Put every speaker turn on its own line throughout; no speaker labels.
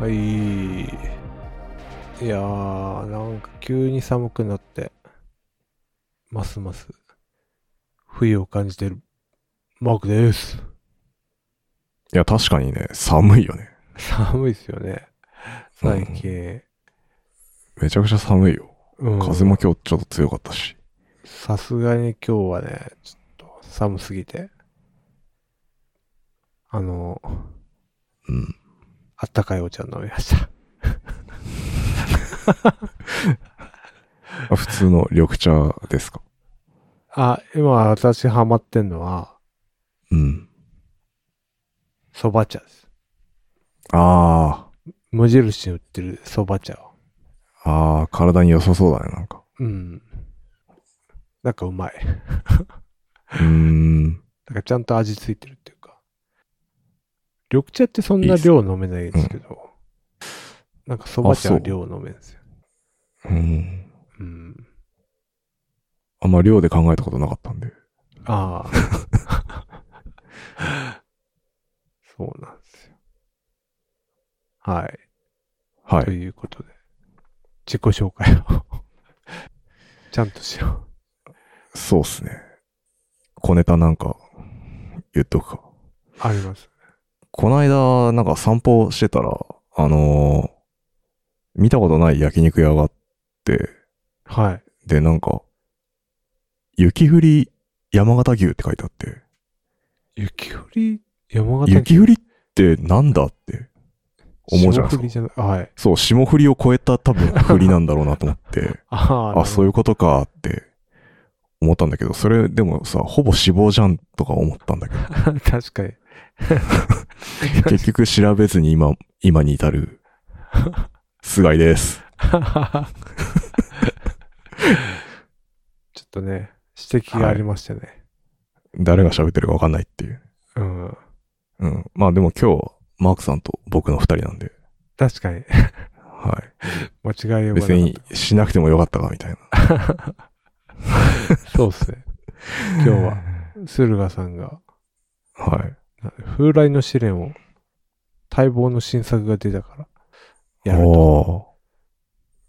はいいやーなんか急に寒くなってますます冬を感じてるマークです
いや、確かにね、寒いよね。
寒いっすよね最近、
めちゃくちゃ寒いよ。
うん
風も今日ちょっと強かったし。
さすがに今日はねちょっと寒すぎてあの
うん。
あったかいお茶飲みました
あ普通の緑茶ですか。
あ今私ハマってんのは
うん。
そば茶です
あ
無印に売ってるそば茶を
あ、ああ、体に良さそうだね、なんか。
うん。なんかうまい。
うーん。
なんかちゃんと味ついてるっていうか。緑茶ってそんな量飲めないんですけど、なんかそば茶は
あそう
量飲めるんですよ。
うん。
うん。
あんま量で考えたことなかったんで。
ああ。そうなんですよ。はい。
は
と
い。
いうことで、自己紹介を。ちゃんとしよ
そうっすね。小ネタなんか、言っとく
う。
か。
あります。
こないだ、なんか散歩してたら、あのー見たことない焼肉屋があって、
はい。
で、なんか、雪降り山形牛って書いてあって、
雪降り、山形
雪降りってなんだって思うじゃな
霜降
いです
り
か。
じゃない。はい。
そう、霜降りを超えた多分降りなんだろうなと思って、
あ
あ、そういうことかって思ったんだけど、それでもさ、ほぼ死亡じゃんとか思ったん だけど、
確かに。
結局調べずに今、今に至る、菅井です。
ちょっとね、指摘がありましたね。
誰が喋ってるかわかんないっていう。
うん。
うん。まあでも今日はマークさんと僕の二人なんで、
確かに。
はい。
間違いようがな
別
い
に。しなくてもよかったかみたいな。
そうっすね。今日は、駿河さんが、
はい。
風来の試練を、待望の新作が出たから、やると。
お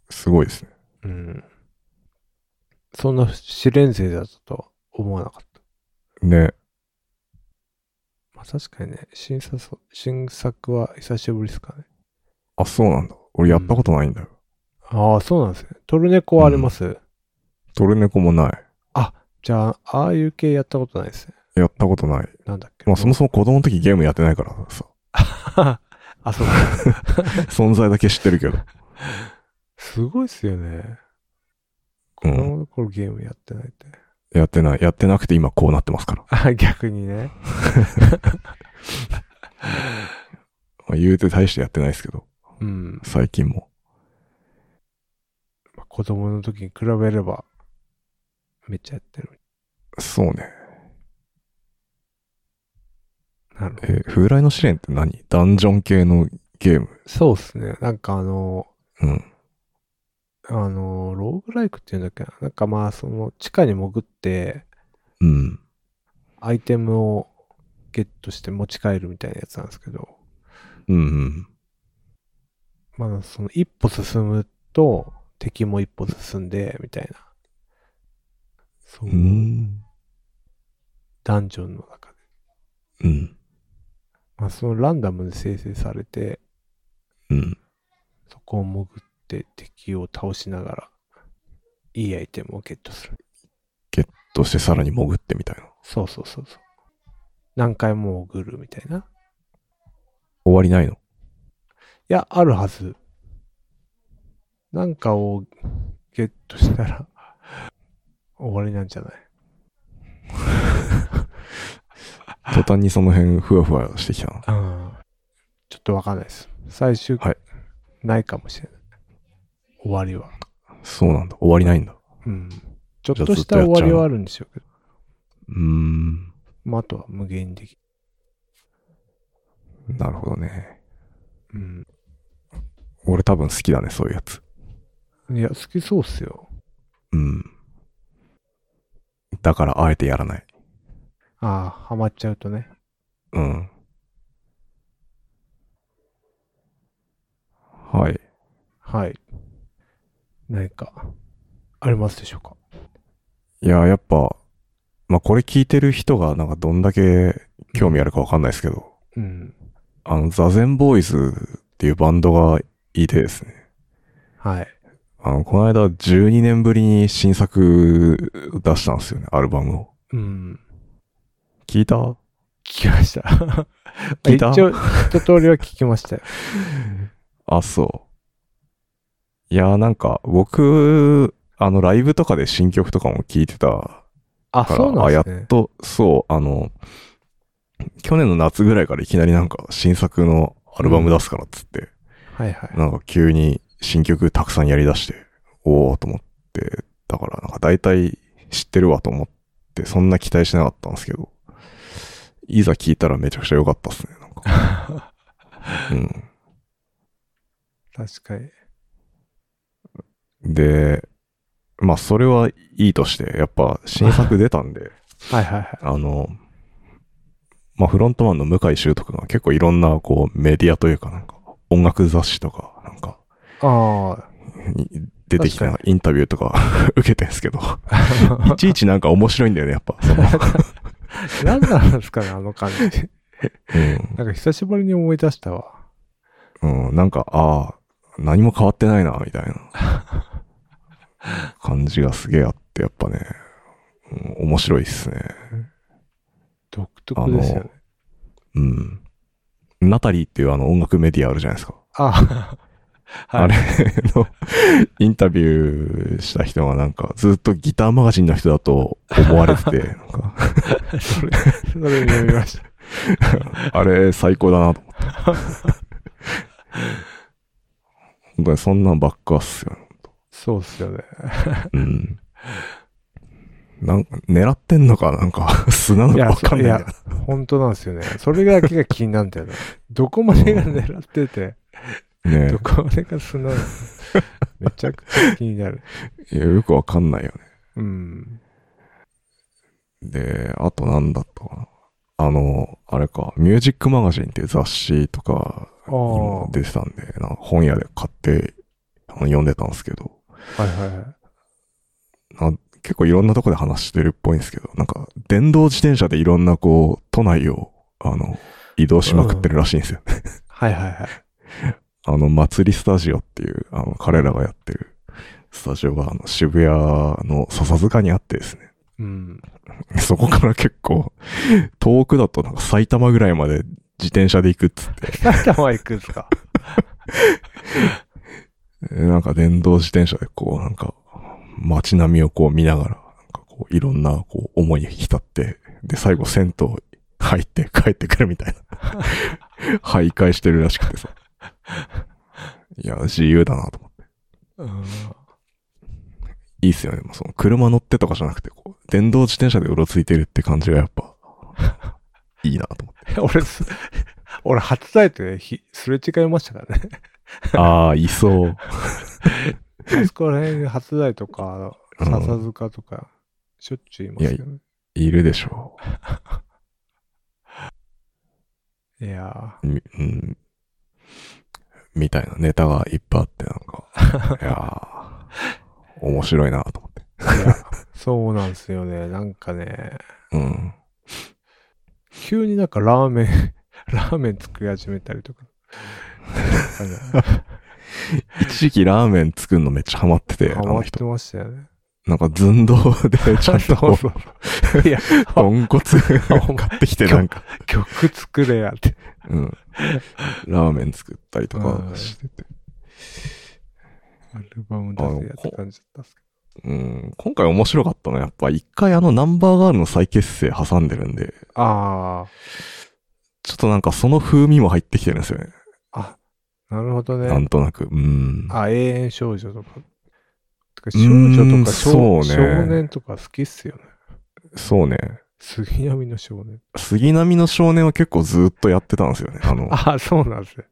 ーすごいですね。
うん。そんな試練勢だったとは思わなかった。
ね。
まあ確かにね、新作、新作は久しぶりですかね。
あ、そうなんだ。俺やったことないんだよ。
ああ、そうなんですね。トルネコはあります、
トルネコもない。
じゃあ、ああいう系やったことないですね。
やったことない。
なんだっけ。
まあそもそも子供の時ゲームやってないから さ。
あ、そうか。
存在だけ知ってるけど。
すごいっすよね。
う
こ
ん。
の頃ゲームやってないって。
やってない。やってなくて今こうなってますから。
あ、逆にね。
まあ、言うて大してやってないですけど。
うん。
最近も。
まあ子供の時に比べれば、めっちゃやってる。
そうね。
なるほど。
えー風来の試練って何ダンジョン系のゲーム。
そうっすね。なんかあの、
うん。
あの、ローグライクっていうんだっけな。なんかまあ、その、地下に潜って、
うん。
アイテムをゲットして持ち帰るみたいなやつなんですけど、
うんうん。
まあ、その、一歩進むと、敵も一歩進んで、みたいな。そうう。
ん。
ダンジョンの中で。
うん。
まあ、そのランダムで生成されて、
うん。
そこを潜って敵を倒しながら、いいアイテムをゲットする。
としてさらに潜ってみたいな。
そうそうそうそう。何回も潜るみたいな。い
終わりないの
や、あるはず。なんかをゲットしたら、 終わりなんじゃない
途端にその辺ふわふわしてきたな。
うん。ちょっとわかんないです。最終、
はい
ないかもしれない。終わりは。
そうなんだ。終わりないんだ。
うん。ちょっとした終わりはあるんでしょうけど。
うーん。
まあ、あとは無限にできる。
なるほどね。
うん。
俺多分好きだね、そういうやつ。
いや、好きそうっすよ。
うん。だから、あえてやらない。
ああ、ハマっちゃうとね。
うん。
はい。何か、ありますでしょうか
いや、やっぱ、まあ、これ聞いてる人がなんかどんだけ興味あるかわかんないですけど、
うん。
あの、ザゼンボーイズっていうバンドがいてですね。
はい。
あの、この間12年ぶりに新作出したんですよね、アルバムを。
うん。
聞いた
聞きました。
聞いた
一応、一通りは聞きましたよ。
あ、そう。いや、なんか僕、あの、ライブとかで新曲とかも聞いてた
あ、
か
そう
ら、
なん
あ、や
で
っ
すね。
と、そう、あの、去年の夏ぐらいからいきなりなんか新作のアルバム出すからっつって、
はいはい。
なんか急に新曲たくさんやり出して、おーと思って、だからなんか大体知ってるわと思って、そんな期待しなかったんですけど、いざ聞いたらめちゃくちゃ良かったっすね、なんか。う
確かに。
ん。で、まあそれはいいとして、やっぱ新作出たんで、
はいはいはい。
あの、まあフロントマンの向井修徳が結構いろんなこうメディアというかなんか音楽雑誌とかなんか
あ
に出てき
確
たインタビューとか 受けてんです けど、いちいちなんか面白いんだよね、やっぱ。その
あ。なんなんですかね、あの感じ。なんか久しぶりに思い出したわ。
うん、うんなんか、ああ、何も変わってないな、みたいな 感じがすげえあって、やっぱね、うん面白いっすね。
独特ですよね。
うん。ナタリーっていうあの音楽メディアあるじゃないですか。
あはい
あれのインタビューした人がなんかずっとギターマガジンの人だと思われ てて、なんか
それ、それ読みました。
あれ、最高だなと思 って。本当にそんなんばっかっすよ、ね。
そうっすよ ね。
うん。なんか、狙ってんのか、なんか、 素なの
い
か
や
わかんないけど
本当なんですよね。それだけが気になるんだよね。どこまでが狙ってて、
ね
どこまでが素直なのめちゃくちゃ気になる。
えいやよくわかんないよね。
うん。
で、あとなんだったかな。あの、あれか、ミュージックマガジンっていう雑誌とか
あ
に
あ。
も出てたんで、なんか本屋で買って、あの読んでたんですけど、
はいはいはい。
結構いろんなとこで話してるっぽいんですけど、なんか、電動自転車でいろんなこう、都内を、あの、移動しまくってるらしいんですよね。
はいはいはい。
あの、祭りスタジオっていう、あの、彼らがやってるスタジオが、あの、渋谷の笹塚にあってですね。
うん。
そこから結構、遠くだとなんか埼玉ぐらいまで自転車で行くっつって、
埼玉行くんですか
えーなんか電動自転車でこう、なんか、街並みをこう見ながら、なんかこう、いろんなこう、思いに浸って、で、最後銭湯入って帰ってくるみたいな。徘徊してるらしくてさ。いや、自由だなと思って。
うん。
いいっすよね。その、車乗ってとかじゃなくて、こう、電動自転車でうろついてるって感じがやっぱ、いいなと思 っ
俺す、俺初サイトでひすれ違いましたからね。
て。 ああ、いそう。
あそこら辺で初台とか、
うん
笹塚とか、しょっちゅういますけどね。
いるでしょ
いや
う。みうん。みたいなネタがいっぱいあって、なんか、 いやー、面白いなと思って。
ーいや、そうなんですよね。なんかね、
うん。
急になんかラーメン、 ラーメン作り始めたりとか。 なんかね
一時期ラーメン作るのめっちゃハマってて、あ
ハマ
の
っ
人
て。ましたよね。
なんか寸胴 でちゃんと
そう
こ
そううそういや、
豚骨
お前
買ってきて、なんか、
曲作れやって。
うん。ラーメン作ったりとかしてて。
アルバム出せやって感じだったっすけ
うん。今回面白かったのは、やっぱ一回あのナンバーガールの再結成挟んでるんで、
ど。あ
ちょっとなんかその風味も入ってきてるんですよね。
あ、あ、なるほど
な
ね
ん。となく。うん。
あ、永遠少女とか。てか
う
少
ーん
女とか少,、
そうね
少年とか好きっすよね。
そうね。
杉並の少年。
杉並の少年は結構ずっとやってたんですよね。 あの、
あ、そうなんですね。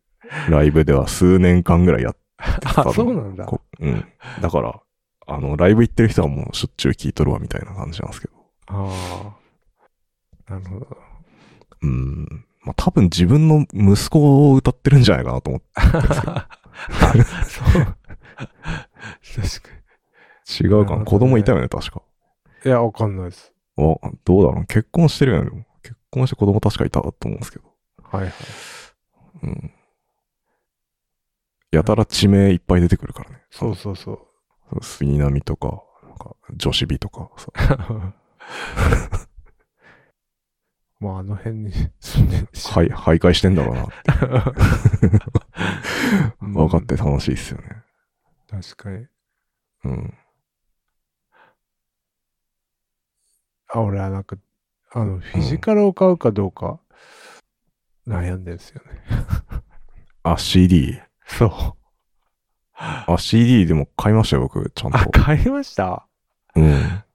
ライブでは数年間ぐらいやっ
あ、そうなんだ。
こうん。だから、あの、ライブ行ってる人はもうしょっちゅう聞いとるわみたいな感じなんですけど。
ああ。なるほど。
うん。まあ、多分自分の息子を歌ってるんじゃないかなと思って。
そう。
違うかな。子供いたよね、確か。
いや、わかんないです。
お、どうだろう。結婚してるよね、でも結婚して子供確かいたと思うんですけど。
はいはい。
うん。やたら地名いっぱい出てくるからね。
そうそうそう。
そう。杉並とか、なんか、女子美とかさ。
まあ、あの辺に住んでる し。
はい、徘徊してんだろうな。
うん
分かっ。て楽しいっすよね。
確かに。
うん。
あ、俺はなんか、あの、フィジカルを買うかどうか、悩んでるんですよね。
あ、CD。
そう。
あ、CD でも買いましたよ、僕、ちゃんと
あ、。買いました
うん。あ、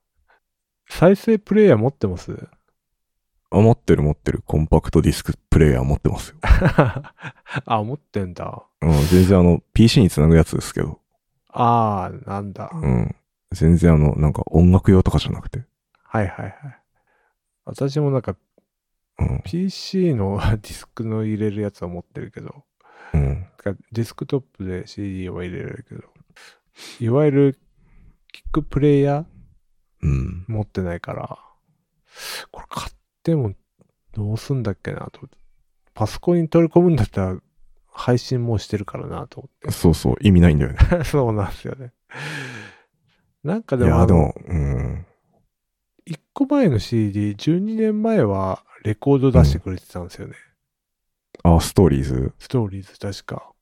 再生プレイヤー持ってます
持ってる持ってる。コンパクトディスクプレイヤー持ってますよ。
あ、持ってんだ。
うん、全然あの、PC につなぐやつですけど。
ああ、なんだ。
うん。全然あの、なんか音楽用とかじゃなくて。
はいはいはい。私もなんか
うん。
PC の ディスクの入れるやつは持ってるけど、
うん。
てかディスクトップで CD は入れられるけど、いわゆるキックプレイヤー
うん。
持ってないから、これ買ってもどうすんだっけなと思って。パソコンに取り込むんだったら配信もうしてるからなと思 って。
そうそう、意味ないんだよね。
そうなんですよね。なんか
い
でも、
や、
あ
で
の、
も、うん。
1個前の CD、12年前はレコード出してくれてたんですよね。
あ、ストーリーズ。
ストーリーズ確か。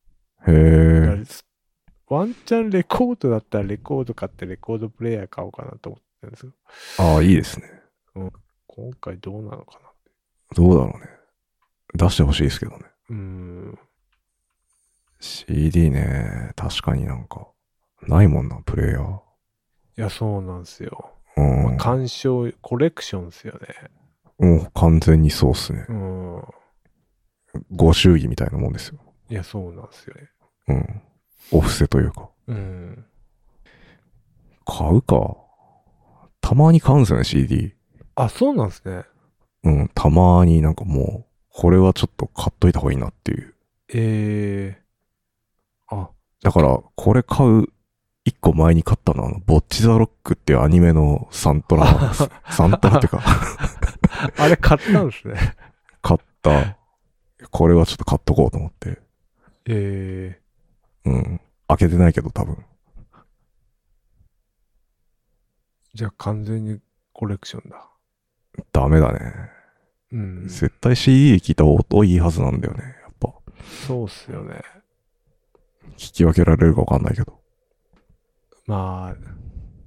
へ
だか
え。
らすワンチャンレコードだったらレコード買ってレコードプレイヤー買おうかなと思ってたんですけど、
あいいですね。
今回どうなのかな。
どうだろうね。出してほしいですけどね。
うーん。
CD ね、確かになんか、ないもんな、プレイヤー。
いや、そうなんですよ。
うん。
まあ、鑑賞、コレクションですよね。
もう完全にそうっすね。
うん。
ご祝儀みたいなもんですよ。
いや、そうなんですよね。
うん。お布施というか。
うん。
買うか。たまに買うんですよね、CD。
あ、そうなんですね。
うん、たまになんかもう、これはちょっと買っといた方がいいなっていう。
え ー。あ、
だから、これ買う、一個前に買ったのは、あの、ボッチザロックっていうアニメのサントラ なんです、サントラっていうか、
あれ買ったんですね。
買った、これはちょっと買っとこうと思って。
え
うん。開けてないけど、多分。
ー、じゃあ完全にコレクションだ。
ダメだね。
うん。
絶対 CD で聞いた音いいはずなんだよね。やっぱ、
そうっすよね。
聞き分けられるかわかんないけど。
まあ、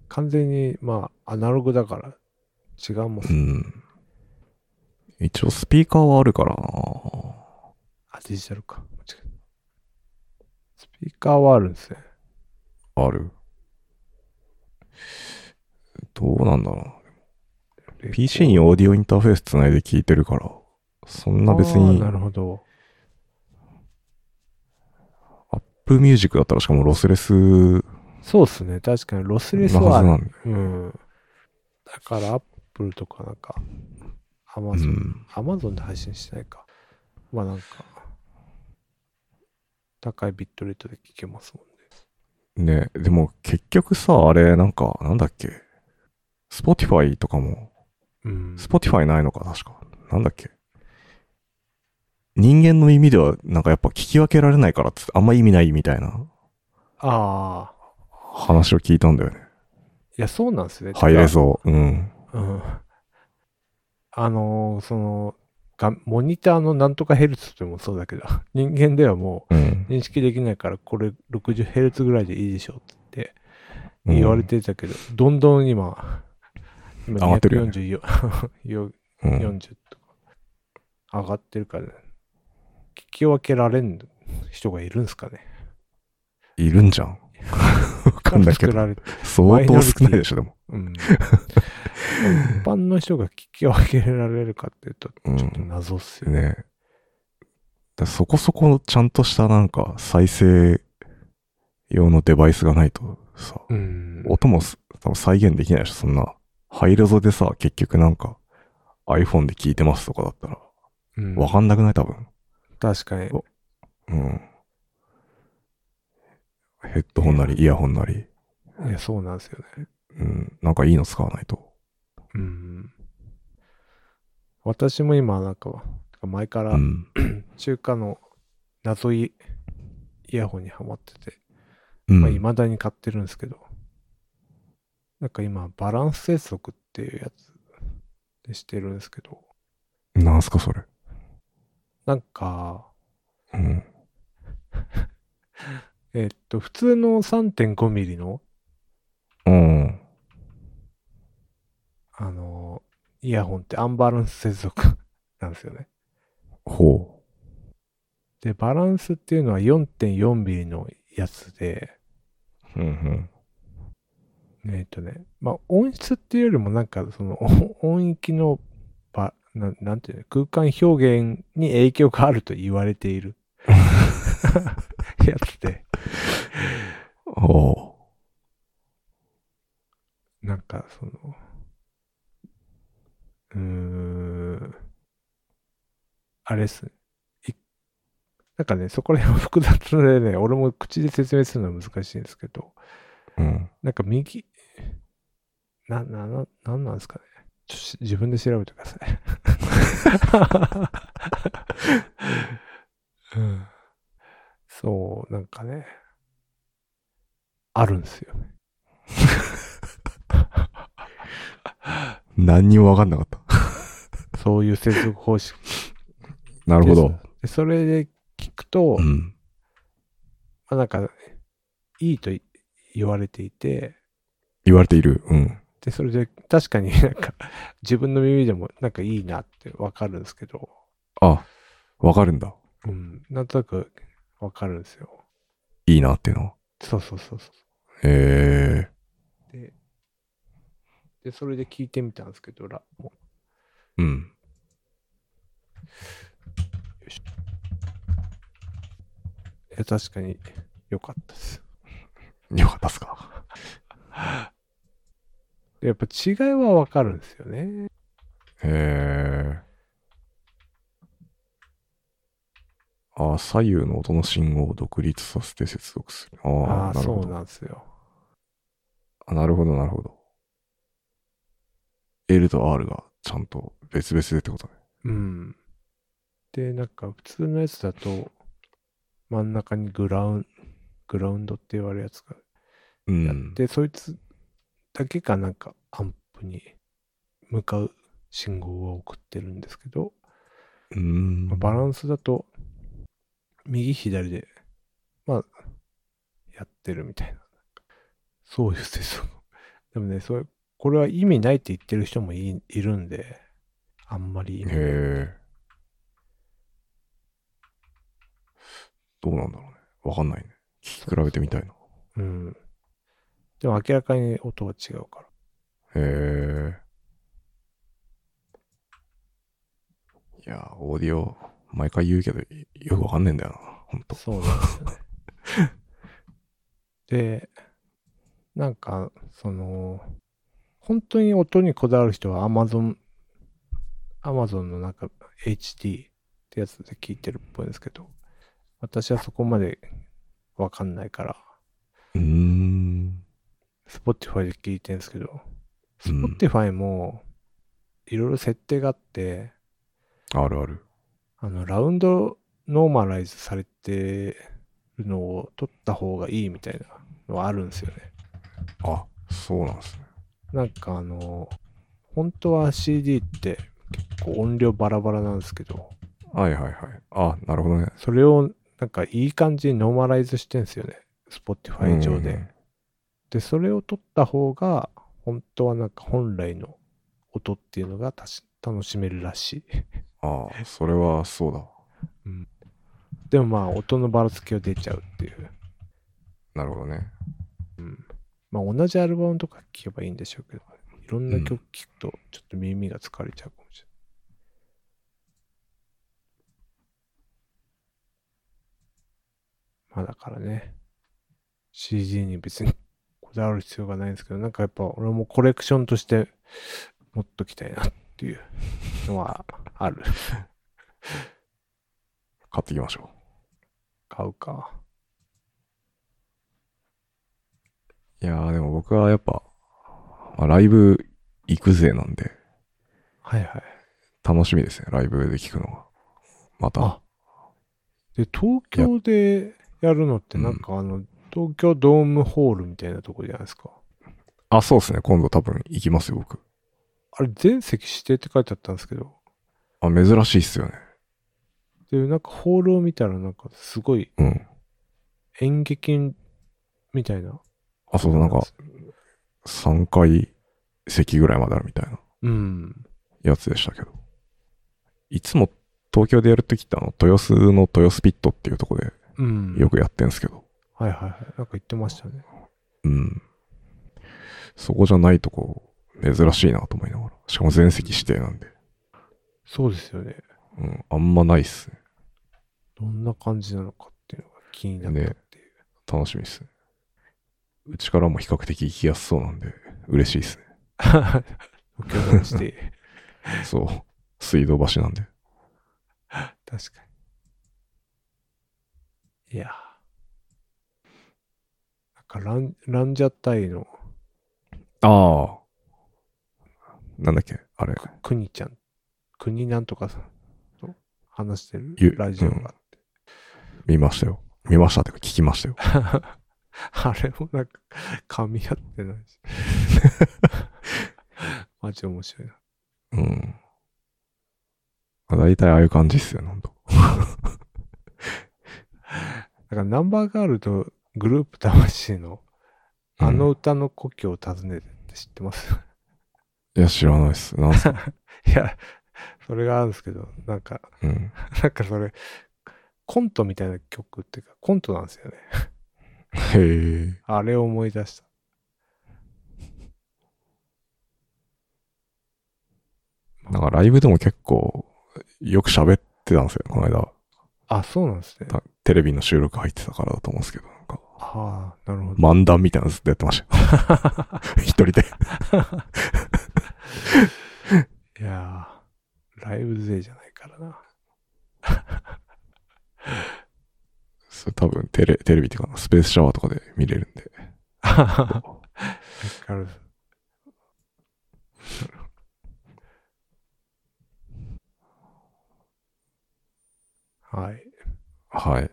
完全に、まあ、アナログだから、違うもん。
うん。一応スピーカーはあるからな
あ、デジタルか。間違えたスピーカーはあるんですね。
ある。どうなんだろうな。
レコー
PC にオーディオインターフェースつないで聞いてるから、そんな別
あー
に、
なるほど。
Apple Music だったらしかもロスレスな
そうっすね。確かに、ロスレスは
は
あ
ず
る。
なんで。
うん。だから、アップルとかなんか、アマ
う
ゾン、
ん。
アマゾンで配信してないか。まあなんか、高いビットレートで聞けますもんね。
ね、でも結局さ、あれ、なんか、なんだっけ。Spotify とかも、
うん。
Spotify ないのか、確か。なんだっけ。人間の耳では、なんかやっぱ聞き分けられないからっつって、あんま意味ないみたいな
ああ、
話を聞いたんだよね。
いや、そうなんですね。
ハイレゾー。うん。
うんあのーそのが、モニターのなんとかヘルツでもそうだけど、人間ではも
うん
う。認識できないから、これ60ヘルツぐらいでいいでしょって
うん
言われ、てたけど、どんどん今、今
上がってるよね
244、よ
うん
40とか、上がってるから、ね、聞き分けられん人がいるんですかね。
いるんじゃん。わかんないけ
作
ど。
られて、マ
相
イノ
当
リティ
少ないでしょ、でも。
うん。一般の人が聞き分けられるかっていうと、
うん
ちょっと謎っすよね。
ね。だそこそこちゃんとしたなんか再生用のデバイスがないとさ、
うん。
音もす多分再現できないでしょ、そんな。ハイレゾでさ、結局なんか iPhone で聞いてますとかだったら、
うん
わかんなくない多分。
確かに。
うん。ヘッドホンなりイヤホンなり、
いや、そうなんですよね。
うん、なんかいいの使わないと。
うん。私も今、なんか、前か
う
ら
ん。
中華の謎いイヤホンにハマってて、
うん。
まあ、未だに買ってるんですけど、なんか今、バランス接続っていうやつでしてるんですけど、
なんすか、それ。
なんか、
うん。
えっと、普通の3.5ミリの、
うん。
あの、イヤホンってアンバランス接続なんですよね。
ほ
で、バランスっていうのは4.4ミリのやつで、
う。うんうん。
えっとね、まあ、音質っていうよりもなんか、その、 お音域のば、ななんていうの、空間表現に影響があると言われているやつで、
ほ
なんか、その、うーん、あれっすね。いなんかね、そこら辺は複雑でね、俺も口で説明するのは難しいんですけど、
う。うん。
なんか右、な、な、な、なんなんですかね。ちょし自分で調べてください。 うん、そう、なんかね、あるんですよね。
何にもわかんなかった。
そういう接続方式。
なるほど。
でそれで聞くと、
う
ま
ん。
あ、なんか、いいとい言われていて、
言われている。うん。
で、それで確かになんか、自分の耳でもなんかいいなってわかるんですけど、
あ、わかるんだ。
うん、なんとなくわかるんですよ。
いいなっていうのは。
そうそうそうそ
へ
う。
え。
で、でそれで聞いてみたんですけど、ラも
うん。
ういや確かに良かったです。
よかったっすか。
でやっぱ違いはわかるんですよね。
へえ。あ、左右の音の信号を独立させて接続する。あ
あ
あ、
あー、
なる
そ
ほ
う
ど。
なんですよ。
あなるほど、なるほど。L と R がちゃんと別々でってことね。
うん。で、なんか普通のやつだと、真ん中にグラウン、グラウンドって言われるやつが
う
やっ
ん。
て、そいつだけがなんかアンプに向かう信号を送ってるんですけど、
うん。
まあバランスだと、右左で、まあ、やってるみたいな。そういう接続。でもね、それ、これは意味ないって言ってる人もいいるんで、あんまり意味ない
へえ。どうなんだろうね。わかんないね。聞き比べてみたいな。
うん。でも明らかに音は違うから。
へえ。いやー、オーディオ、毎回言うけど、いよくわかんねえんだよな、ほんと。
そうなんですよね。で、なんか、その、本当に音にこだわる人は Amazon、Amazon のなんか HD ってやつで聞いてるっぽいんですけど、私はそこまでわかんないから、
うーん。
Spotify で聞いてるんですけど、
うん
Spotify もいろいろ設定があって、
あるある。
あの、ラウンドノーマライズされてるのを取った方がいいみたいなのはあるんですよね。
あ、そうなんですね。
なんかあの、本当は CD って結構音量バラバラなんですけど、
はいはいはい。あ、なるほどね。
それをなんかいい感じにノーマライズしてんですよね。Spotify 上
う
で
ん。
で、それを取った方が、本当はなんか本来の音っていうのがたし楽しめるらしい。
ああ、それはそうだわ。
でもまあ音のばらつきが出ちゃうっていう。
なるほどね。
まあ、同じアルバムとか聴けばいいんでしょうけど、いろんな
うん
曲聴くとちょっと耳が疲れちゃうかもしれない。まあだからね、CD に別にこだわる必要がないんですけど、なんかやっぱ俺もコレクションとして持っときたいなっていうのはある。
買っていきましょ
買うか。
う。いやーでも僕はやっぱ、まあライブ行くぜなんで、
はいはい。
楽しみですね。ライブで聞くのが。また
あ。で、東京でやるのってなんかあの、東京ドームホールみたいなとこじゃないですか。
あ、そうですね。今度多分行きますよ、僕。
あれ、全席指定って書いてあったんですけど、
あ、珍しいっすよね。
で、なんかホールを見たらなんかすごい
うん。
演劇みたいな。
あ、そう、なんか、3階席ぐらいまであるみたいな
うん。
やつでしたけど。いつも東京でやるときってあの、豊洲の豊洲ピットっていうとこで
うん。
よくやってんすけど。
はいはいはい。なんか言ってましたね。
うん。そこじゃないとこ、珍しいなと思いながら。しかも全席指定なんで。
そうですよね。
うん、あんまないっすね。
どんな感じなのかっていうのが気になったって いう。
楽しみっすね。うちからも比較的行きやすそうなんで、嬉しいっすね。
お客さんして。
そう。水道橋なんで。
確かに。いやー。なんかラン、ランジャタイの
ああ。なんだっけあれ。
くにちゃん、くになんとかさんと話して
ゆ
るラジオが
見ましたよ。見ましたってか聞きましたよ。
あって。 あれもなんか、噛み合ってない し。マジ面白いな。
うん。だいたいああいう感じっすよ、なんと。
だからナンバーガールとグループ魂のあの
うん、
歌の故郷を訪ねてって知ってます、
いや、知らないっす。なんす
いや、それがあるんですけど、なんか、
うん。
なんかそれ、コントみたいな曲っていうか、コントなんですよね。
へえ。
あれを思い出した。
なんかライブでも結構よく喋ってたんですよ。この間、
あ、そうなんですね。
たテレビの収録入ってたからだと思うんですけど、なんか
ああ、なるほど。
漫談みたいなのずっとやってました よ。一人で。
いやー、ライブ勢じゃないからな。
それ多分テレ、テレビっていうかなスペースシャワーとかで見れるんで。
わかる。はい。
はい。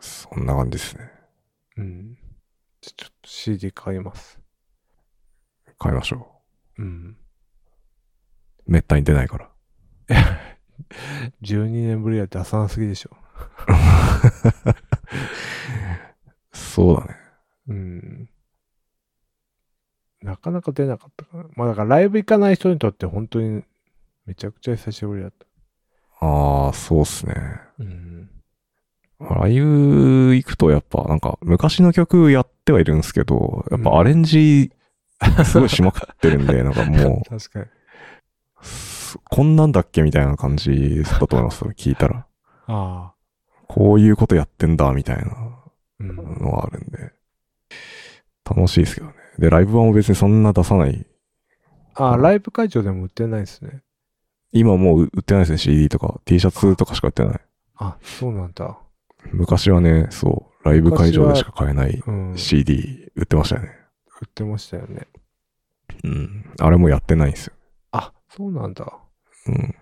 そんな感じですね。
うん。ちょちょっと CD 買います。
買いましょ
うん。
う。めったに出ないから。
12年ぶりは出さなすぎでし ょ。
そうだね。
うん。なかなか出なかったかな。まあだからライブ行かない人にとって本当にめちゃくちゃ久しぶりだった。
ああ、そうっすね。
うん。
ライブ行くとやっぱなんか昔の曲やってはいるんですけど、やっぱアレンジすごいしまくってるんで、なんかもう、
確かに。
すこんなんだっけみたいな感じだと思います。聞いたら。
ああ。
こういうことやってんだ、みたいな
うん。
のがあるんで。楽しいですけどね。で、ライブ版も別にそんな出さない。
ああ、ライブ会場でも売ってないですね。
今もう売ってないですね。CD とか T シャツとかしか売ってない。
あ、そうなんだ。
昔はね、そう、ライブ会場でしか買えない
うん。売
CD 売ってましたよね。
ってましたよね。
うん。あれもやってないんですよ。
あ、そうなんだ。
うん。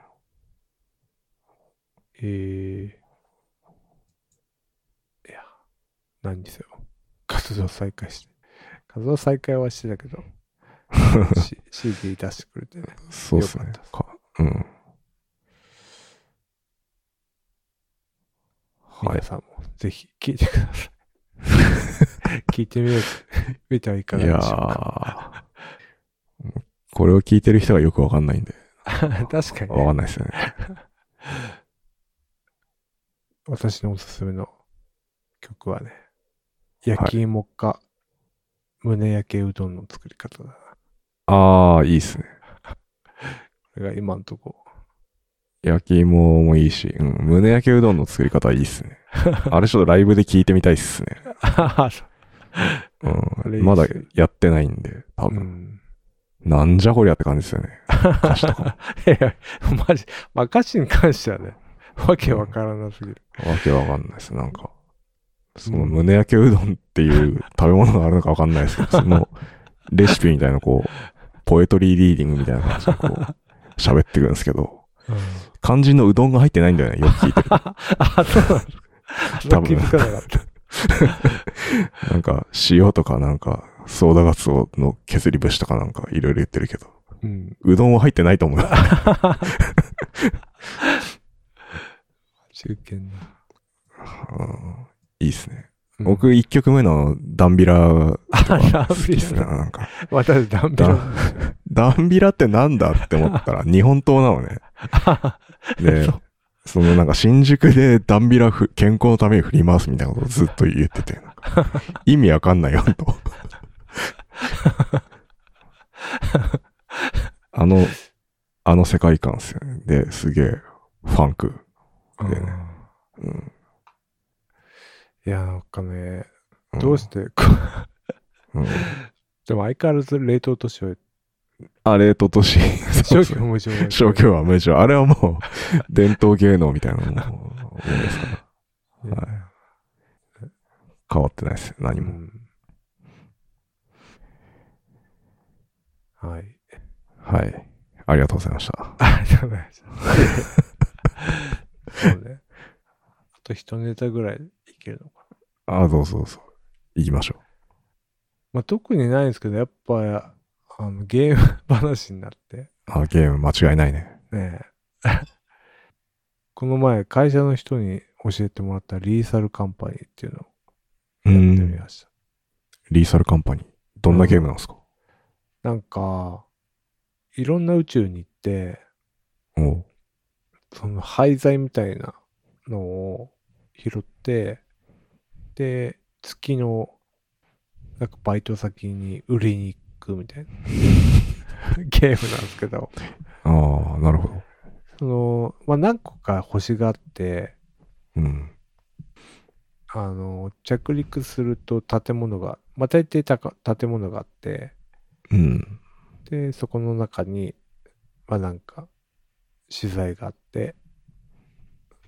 ええいや、何にせよ。 活動再開して。活動再開はしてたけ ど、C、CD 出してくれてね。
そうですね
よかったっ。す
かうん。はい
皆。さんもぜひ聞いてくだ さい。聞いてみよう。見てはいかがでしょうか。
いやーこれを聞いてる人がよくわかんないんで、
確かに
わ
ね、
かんないですね。
私のおすすめの曲はね、焼き芋か、胸焼けうどんの作り方だな。
ああ、いいっすね。
これが今んとこ。
焼き芋もいいし、うん、胸焼けうどんの作り方いいっ すね。あれちょっとライブで聞いてみたいっすね。
あれ
う
いいっす
ん、まだやってないんで、多
う
分。
ん。
なんじゃこりゃって感じですよね。歌詞とかも。
いや、マジ、まあ、歌詞に関してはね、わけわからなすぎる。
わけわかんないです。なんか、その胸焼けうどんっていう食べ物があるのかわかんないですけど、そのレシピみたいなこう、ポエトリーリーディングみたいな感じでこ う、喋ってくるんですけど、肝心のうどんが入ってないんだよね、よく聞いてる。
あ、そうなんですか。
多
気
分
づかなかった。
なんか、塩とかなんか、ソーダガツオの削り節とかなんかいろいろ言ってるけど、
うん。
うどんは入ってないと思う。
中堅な。
うんいいっすね。
うん、
僕、一曲目のダンビラとか好きっすね。
ダンビラ
なんか、
私、ダンビラ。
ダンビラってなんだって思 ったら、日本刀なのね。で、そのなんか新宿でダンビラふ健康のために振り回すみたいなことをずっと言ってて、なんか 意味わかんないよ、と。あの、あの世界観っすよね。で、すげえ、ファンク。
うん
だよねうん。
いや、なんかね、
ん
どうして、こ
うん
でも相変わらず冷凍都市を、
あれととし、
消去無常。
消去は無常。あれはもう、伝統芸能みたいなものものですから。
ね
はい変わってないですよ、何も。
うんはい。
はい。ありがとうございました。
ありがとうございました。そうね。あと一ネタぐらいいけるのかな。
あ、どうぞどうぞ。行きましょ
まあ、特にないんですけど、やっぱ、あの、ゲーム話になって、
う。あ、ゲーム間違いないね。
ねえ この前、会社の人に教えてもらったリーサルカンパニーっていうのを
う
やってみ
ん。
ました。
リーサルカンパニー。どんなゲームなんですか、
なんか、いろんな宇宙に行って、
おう
その廃材みたいなのを拾って、で、月の、なんかバイト先に売りに行くみたいなゲームなん ですけど、
ああ、なるほど。
その、まあ、何個か星があって、
うん。
あの、着陸すると建物が、まあ、大抵たか建物があって、
うん。
で、そこの中に、まあ、なんか、資材があって、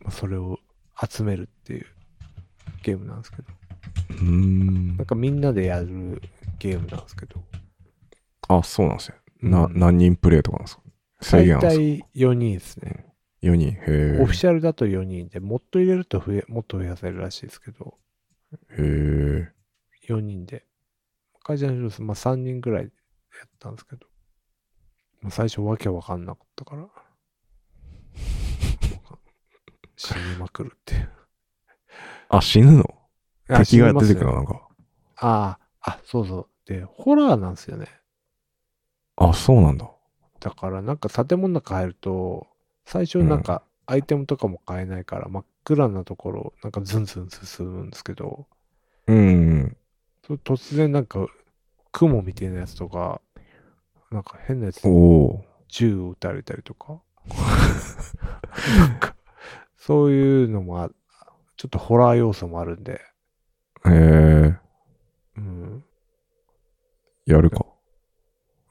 まあ、それを集めるっていうゲームなんですけど、
うーん
なん。かみんなでやるゲームなんですけど、
あ、そうなんですよ。な、
うん
何人プレイとかなんですか
大
制限あるんですか
体4人ですね。
?4 人。へえ。
オフィシャルだと4人で、もっと入れると増え、もっと増やせるらしいですけど、
へえ。
4人で。会社の人です、まあ、3人ぐらいでやったんですけど、まあ、最初わけわかんなかった から、死にまくるって いう。
あ、死ぬの
あ
敵が出て
死
くる
にますよ
のなんか。
ああ、あ、そうそう。で、ホラーなんですよね。
あ、そうなんだ。
だからなんか建物の中入ると、最初なんかアイテムとかも買えないから、真っ暗なところをなんかズンズン進むんですけど、
うん。
そ突然なんか雲みたいなやつとか、なんか変なやつ
お、お
銃を撃たれたりとか、なんかそういうのもあ、ちょっとホラー要素もあるんで、
ー。へ
うん、
え。やるか。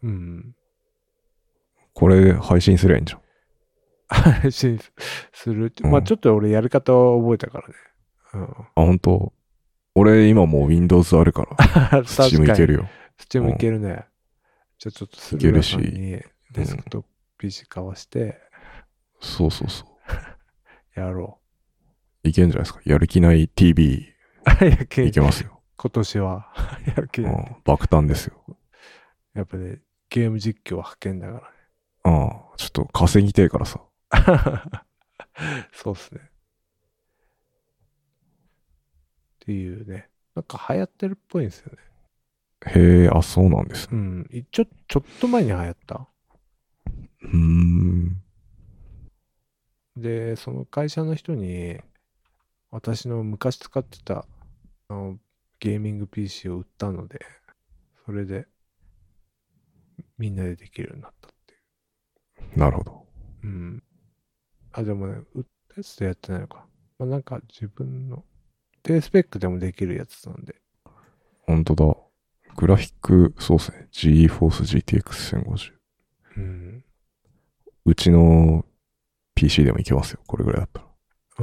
うん、
これ配信すりゃいいんじゃん。
配信するって。ま
う
あ
ん
ちょっと俺やり方は覚えたからね。うん。
あ、本当俺今もう Windows あるから。スチームいけるよ。
スチームいけるね。じゃあちょっとす
いけるし
にデスクと PC 交わして
そうそうそ
やろ
う。いけんじゃないですか。やる気ない TV
う。やけ
い
に
けま すよ。
今年は。やけ
う
に
ん、爆誕ですよ。
やっぱね、ゲーム実況は派遣だか
うん、ちょっと稼ぎてえからさ。
ら ね。そうっすね。っていうね。なんか流行ってるっぽいんですよね。
へえ、あ、そうなんですね。
うん。いちょ、ちょっと前に流行った。
うーん。
で、その会社の人に、私の昔使ってたあのゲーミング PC を売ったので、それで、みんなでできるようになったってい
なるほど。
う。うん。あ、でもね、売ったやつでやってないのか。まあ、なんか自分の、低スペックでもできるやつなんで。
本当だ。グラフィック、そうですね。GeForce GTX 1050。
うん。
うちの PC でもいけますよ。これぐらいだった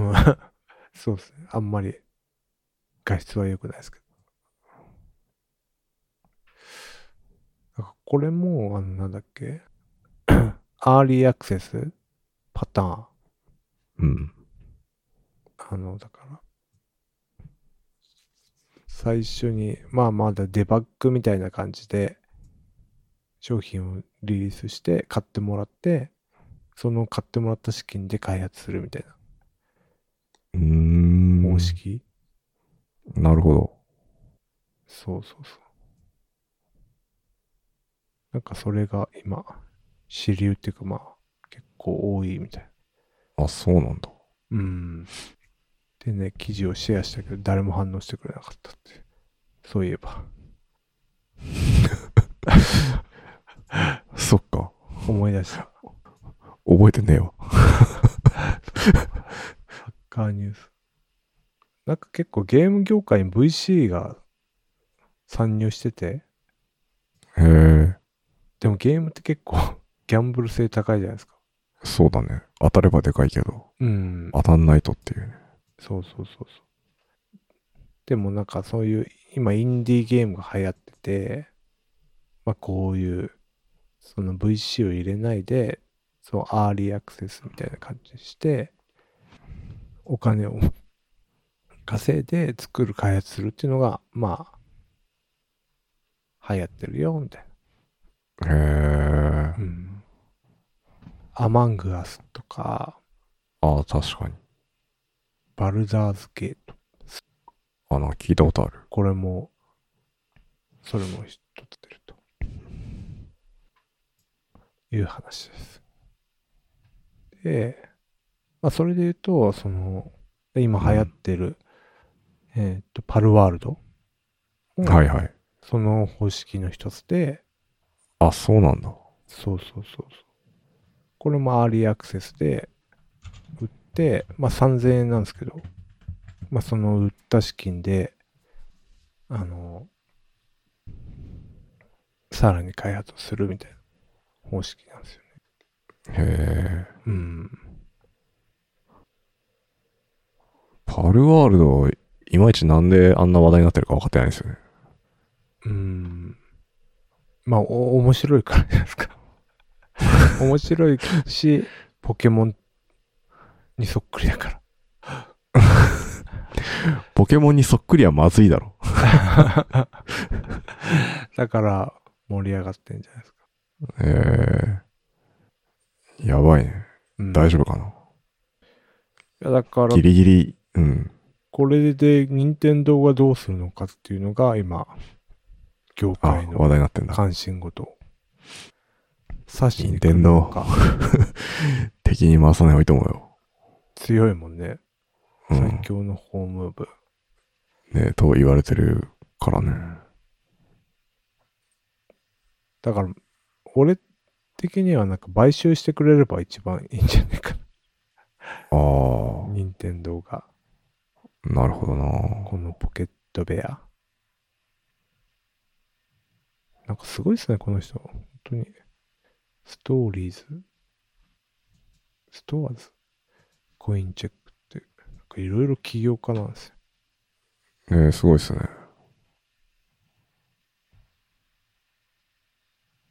ら。
うんそうですね。あんまり、画質は良くないですけど。なんかこれも、あの、なんだっけ アーリーアクセスパターン。
うん。
あの、だから、最初に、まあまだデバッグみたいな感じで、商品をリリースして買ってもらって、その買ってもらった資金で開発するみたいう
ーん。
な方式。
なるほど。
そうそうそう。なんかそれが今、主流っていうかまあ、結構多いみたい
あ、そうなんだ。
な。うん。でね、記事をシェアしたけど、誰も反応してくれなかったって。そういえば、
そっか。
思い出した。
覚えてねえわ。
カーニュース。なんか結構ゲーム業界に VC が参入してて、
へえ。
でもゲームって結構ギャンブル性高いじゃないですか。
そうだね。当たればでかいけど、
うん。
当たんないとっていうね。
そうそうそうそう。でもなんかそういう、今インディーゲームが流行ってて、まあこういう、その VC を入れないで、そのアーリーアクセスみたいな感じにして、お金を稼いで作る開発するっていうのが、まあ、流行ってるよ、みたい
へえ
な。。うん。アマングアスとか、
ああ、確かに。
バルザーズゲート
あ、なんか聞いたことある。
これも、それも一つ出ると。いう話です。で、まあ、それで言うと、その、今流行ってる、えっと、パルワールド。
はいはい。
その方式の一つで、
あ、そうなんだ。
そうそうそうそう。これもアーリーアクセスで売って、まあ3000円なんですけど、まあその売った資金で、あの、さらに開発をするみたいな方式なんですよね。
へえ。
うん。
パルワールド、いまいちなんであんな話題になってるか分かってないんですよね。
うん。まあ、お面白いからじゃないです か。面白いし、ポケモンにそっくりだから。
ポケモンにそっくりはまずいだろ。
だから盛り上がってんじゃないですか。
へえ。やばいね。
うん
大丈夫かな。
いやだから、
ギリギリ、うん。
これで任天堂がどうするのかっていうのが今、業
あ、
界
話
の
題になってんだ。
関心事。サシ
任天堂敵に回さない方がいいと思うよ。
強いもんね。
うん。
最強のホーム部。
ね、と言われてるからね。
だから、俺的にはなんか買収してくれれば一番いいんじゃないか
あ
な。
あ、
任天堂が、
なるほどな。
このポケットベア。なんかすごいですね、この人。本当に。ストーリーズストアーズコインチェックって、なんかいろいろ起業家なんですよ。
ねすごいですね。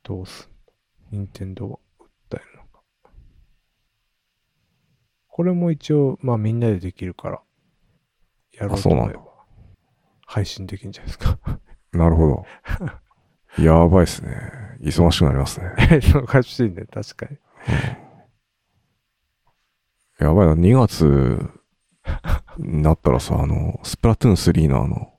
どうすんの任天堂は訴えるのか。これも一応、まあみんなでできるから、やろうと思
あそうな
え
んだ
ば、配信できるんじゃないですか。
なるほど。やばいですね。忙しくなりますね。
忙しいね、確かに。
やばいな。2月になったらさ、あの、スプラトゥーン3のあの、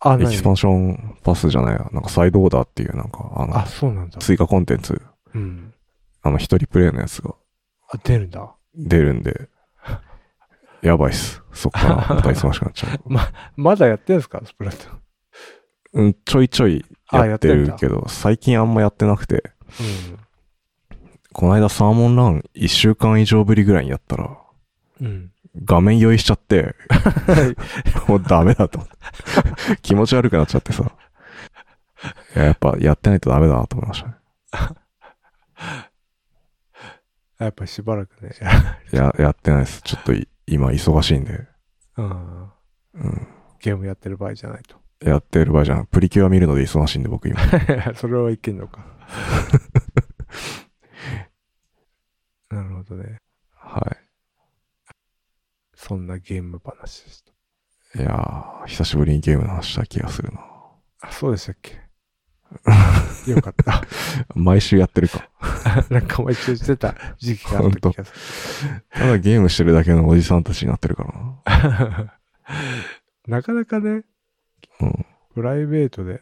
あ、
エキスパ
何
ンションパスじゃないや、なんかサイドオーダーっていうなんか、あの、
あ、そうなんだ。
追加コンテンツ、
うん。
あの、一人プレイのやつが
あ、出るんだ。
出るんで、やばいっす。そっから また忙しくなっちゃう。
まだやってんすかスプラトゥーン。
うん、ちょいちょいやって
あやってん
る
だ
けど、最近あんまやってなくて、
うん。
この間サーモンラン1週間以上ぶりぐらいにやったら、
うん。
画面酔いしちゃって、もうダメだと思って。気持ち悪くなっちゃってさ。いややっぱやってないとダメだなと思いましたね。
やっぱりしばらくね。
や、やってないです。ちょっとい今忙しいんで。
うん。
うん。
ゲームやってる場合じゃないと。
やってる場合じゃん。プリキュア見るので忙しいんで、僕今。
それはいけんのか。 なるほどね。
は
そんなゲーム話でし
い。いやー、久しぶりにゲームの話した気がするな。
た。あ、そうでしたっけ よかった。
毎週やってるか。
なんか毎週してた時期があった気がする。
ただゲームしてるだけのおじさんたちになってるからな。
なかなかね、
うん
プライベートで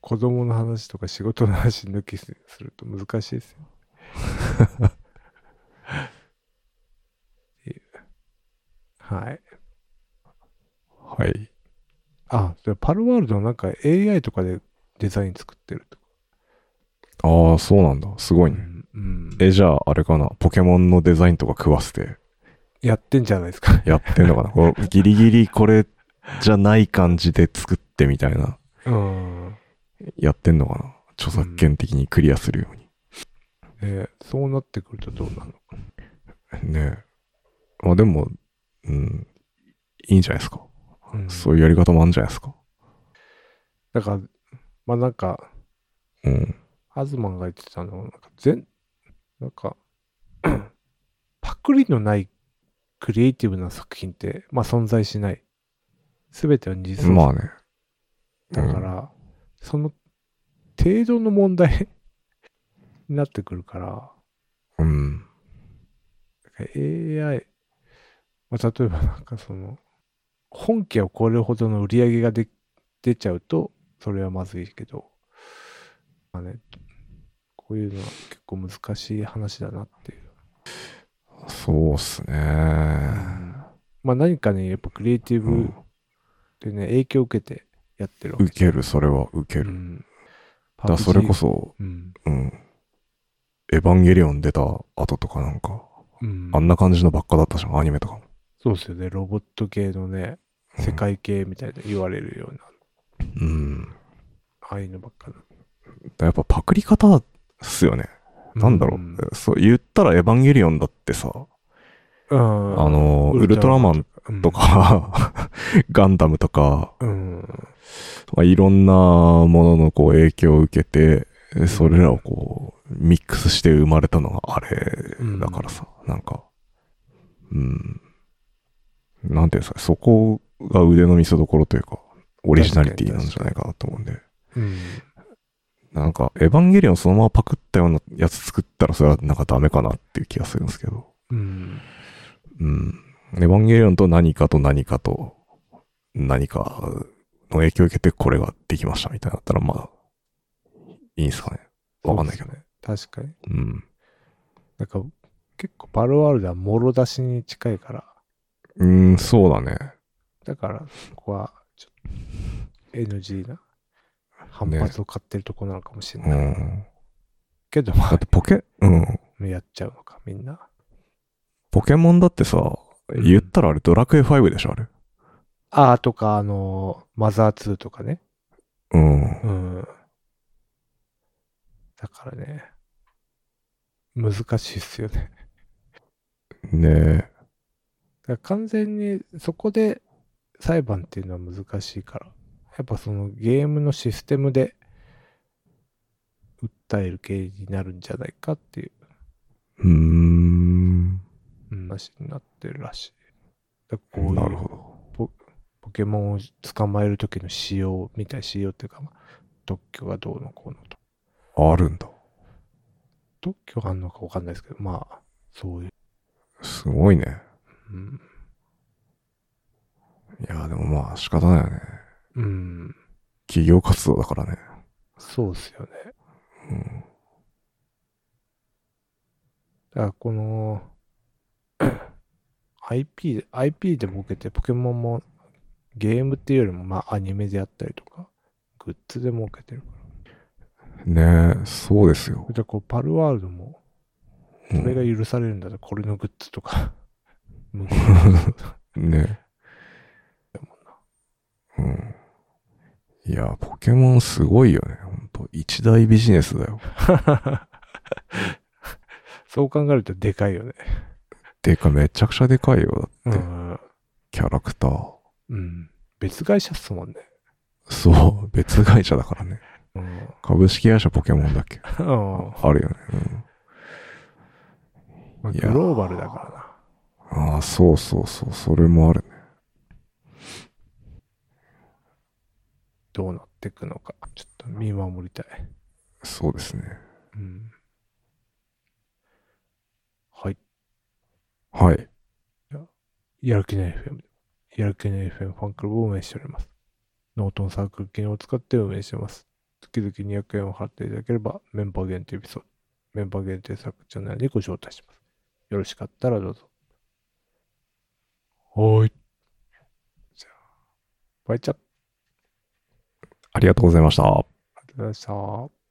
子供の話とか仕事の話抜きすると難しい ですよ。っていうはい。
はい。
あ、でパルワールドはなんか AI とかでデザイン作ってるとか。
あー、そうなんだ。すごいね。
うん
え、じゃあ、あれかな。ポケモンのデザインとか食わせて
やってんじゃないですか。
やってんの かな。こうギリギリこれじゃない感じで作ってみたいな。
うん。
やってんのかな。著作権的にクリアするように。
えそうなってくるとどうなの
ねえ。まあでも、うん、いいんじゃないですか。
うん
そういうやり方もあるんじゃないですか。
だから、まあなんか、
うん。
アズマンが言ってたのは、なんか全、なんか、 パクリのないクリエイティブな作品って、まあ存在しない。すべては二次創
ま
作
あね。
だから、その程度の問題になってくるから、
うん。
AI、まあ、例えばなんかその、本家を超えるほどの売り上げがで出ちゃうと、それはまずいけど、まあね、こういうのは結構難しい話だなっていう。
そうっすね。
まあ何かね、やっぱクリエイティ
う
ブ
ん。
でね、影響を受けてやってるわけ
受ける、それは受け
う
る。
ん
だからそれこ。そ、
PUBG うん。
うん。エヴァンゲリオン出た後とかなんか、
うん
あんな感じのばっかだったじゃん、アニメとかも。
そうですよね、ロボット系のね、世界系みたいな言われるような、
うん。
ああいうのばっか
だからやっぱパクリ方っすよね。
な。
なんだろ
うん
う。そう、言ったらエヴァンゲリオンだってさ、
うん
あの、ウルトラマンと、か、 ガンダムとか、
うん。うん
まあ、いろんなもののこう影響を受けて、それらをこう、ミックスして生まれたのがあれだからさ、なんか、うん。なんていうんですか、そこが腕の見せ所というか、オリジナリティなんじゃないかなと思うんで。
うん。
なんか、エヴァンゲリオンそのままパクったようなやつ作ったらそれはなんかダメかなっていう気がするんですけど。
うん。
うん。エヴァンゲリオンと何かと何かと何かの影響を受けてこれができましたみたいなだったら、まあ、いいんすかね。わかんないけど
そうですね。確かに。
うん。
なんか、結構パルワールドはもろ出しに近いから、
うん、そうだね。
だから、そこは、ちょっと、NG な反発を買ってるとこなのかもしれ
う
ない。
ん。
けど、ま
だってポケ、うん。
あ、やっちゃうのか、みんな。
ポケモンだってさ、
うん
言ったらあれドラクエ5でしょ、あれ。
ああ、とか、あのーマザー2とかね。
うん。
うん。だからね、難しいっすよね。
ね
だから完全にそこで裁判っていうのは難しいからやっぱそのゲームのシステムで訴える形になるんじゃないかっていう
え。うーん。
うん話になってるらしい。だからこう
ないる
う
ほど。
ポケモンを捕まえる時の仕様みたい仕様っていうか、まあ特許がどうのこうのと
あるんだ。
特許があるのかわかんないですけどまあそういう、
すごいね。
うん
いや、でもまあ仕方ないよね。
うん、
企業活動だからね。
そうっすよね。
うん。
だからこの IP で、IP で儲けてポケモンもゲームっていうよりもまあアニメであったりとか、グッズで儲けてるから。
ねえ、そうですよ
そ。れでこうパルワールドも、
う
それ
ん
が許されるんだったらこれのグッズとか、 無限
ねえ。うん。いや、ポケモンすごいよね。本当一大ビジネスだよ。
そう考えるとでかいよね。
でか、めちゃくちゃでかいよ。だっ
う
て
ん。
キャラクター、
うん。別会社っすもんね。
そう、別会社だからね。
うん。
株式会社ポケモンだっけ
うん
あるよね。
まあ、
い
グ
やー
ローバルだからな。
うん、ああ、そうそうそう、それもあるね。
どうなっていくのか。ちょっと見守りたい。
そうですね。
うん。はい。
はい。
やる気ない FM で。やる気ない FM ファンクラブを運営しております。ノートのサークル機能を使って運営してます。月々200円を払っていただければ、メンバー限定エピソード、メンバー限定サークルチャンネルにご招待します。よろしかったらどうぞ。はーい。じゃあ、バイチャあり
ありがとうございました。
がとうございました。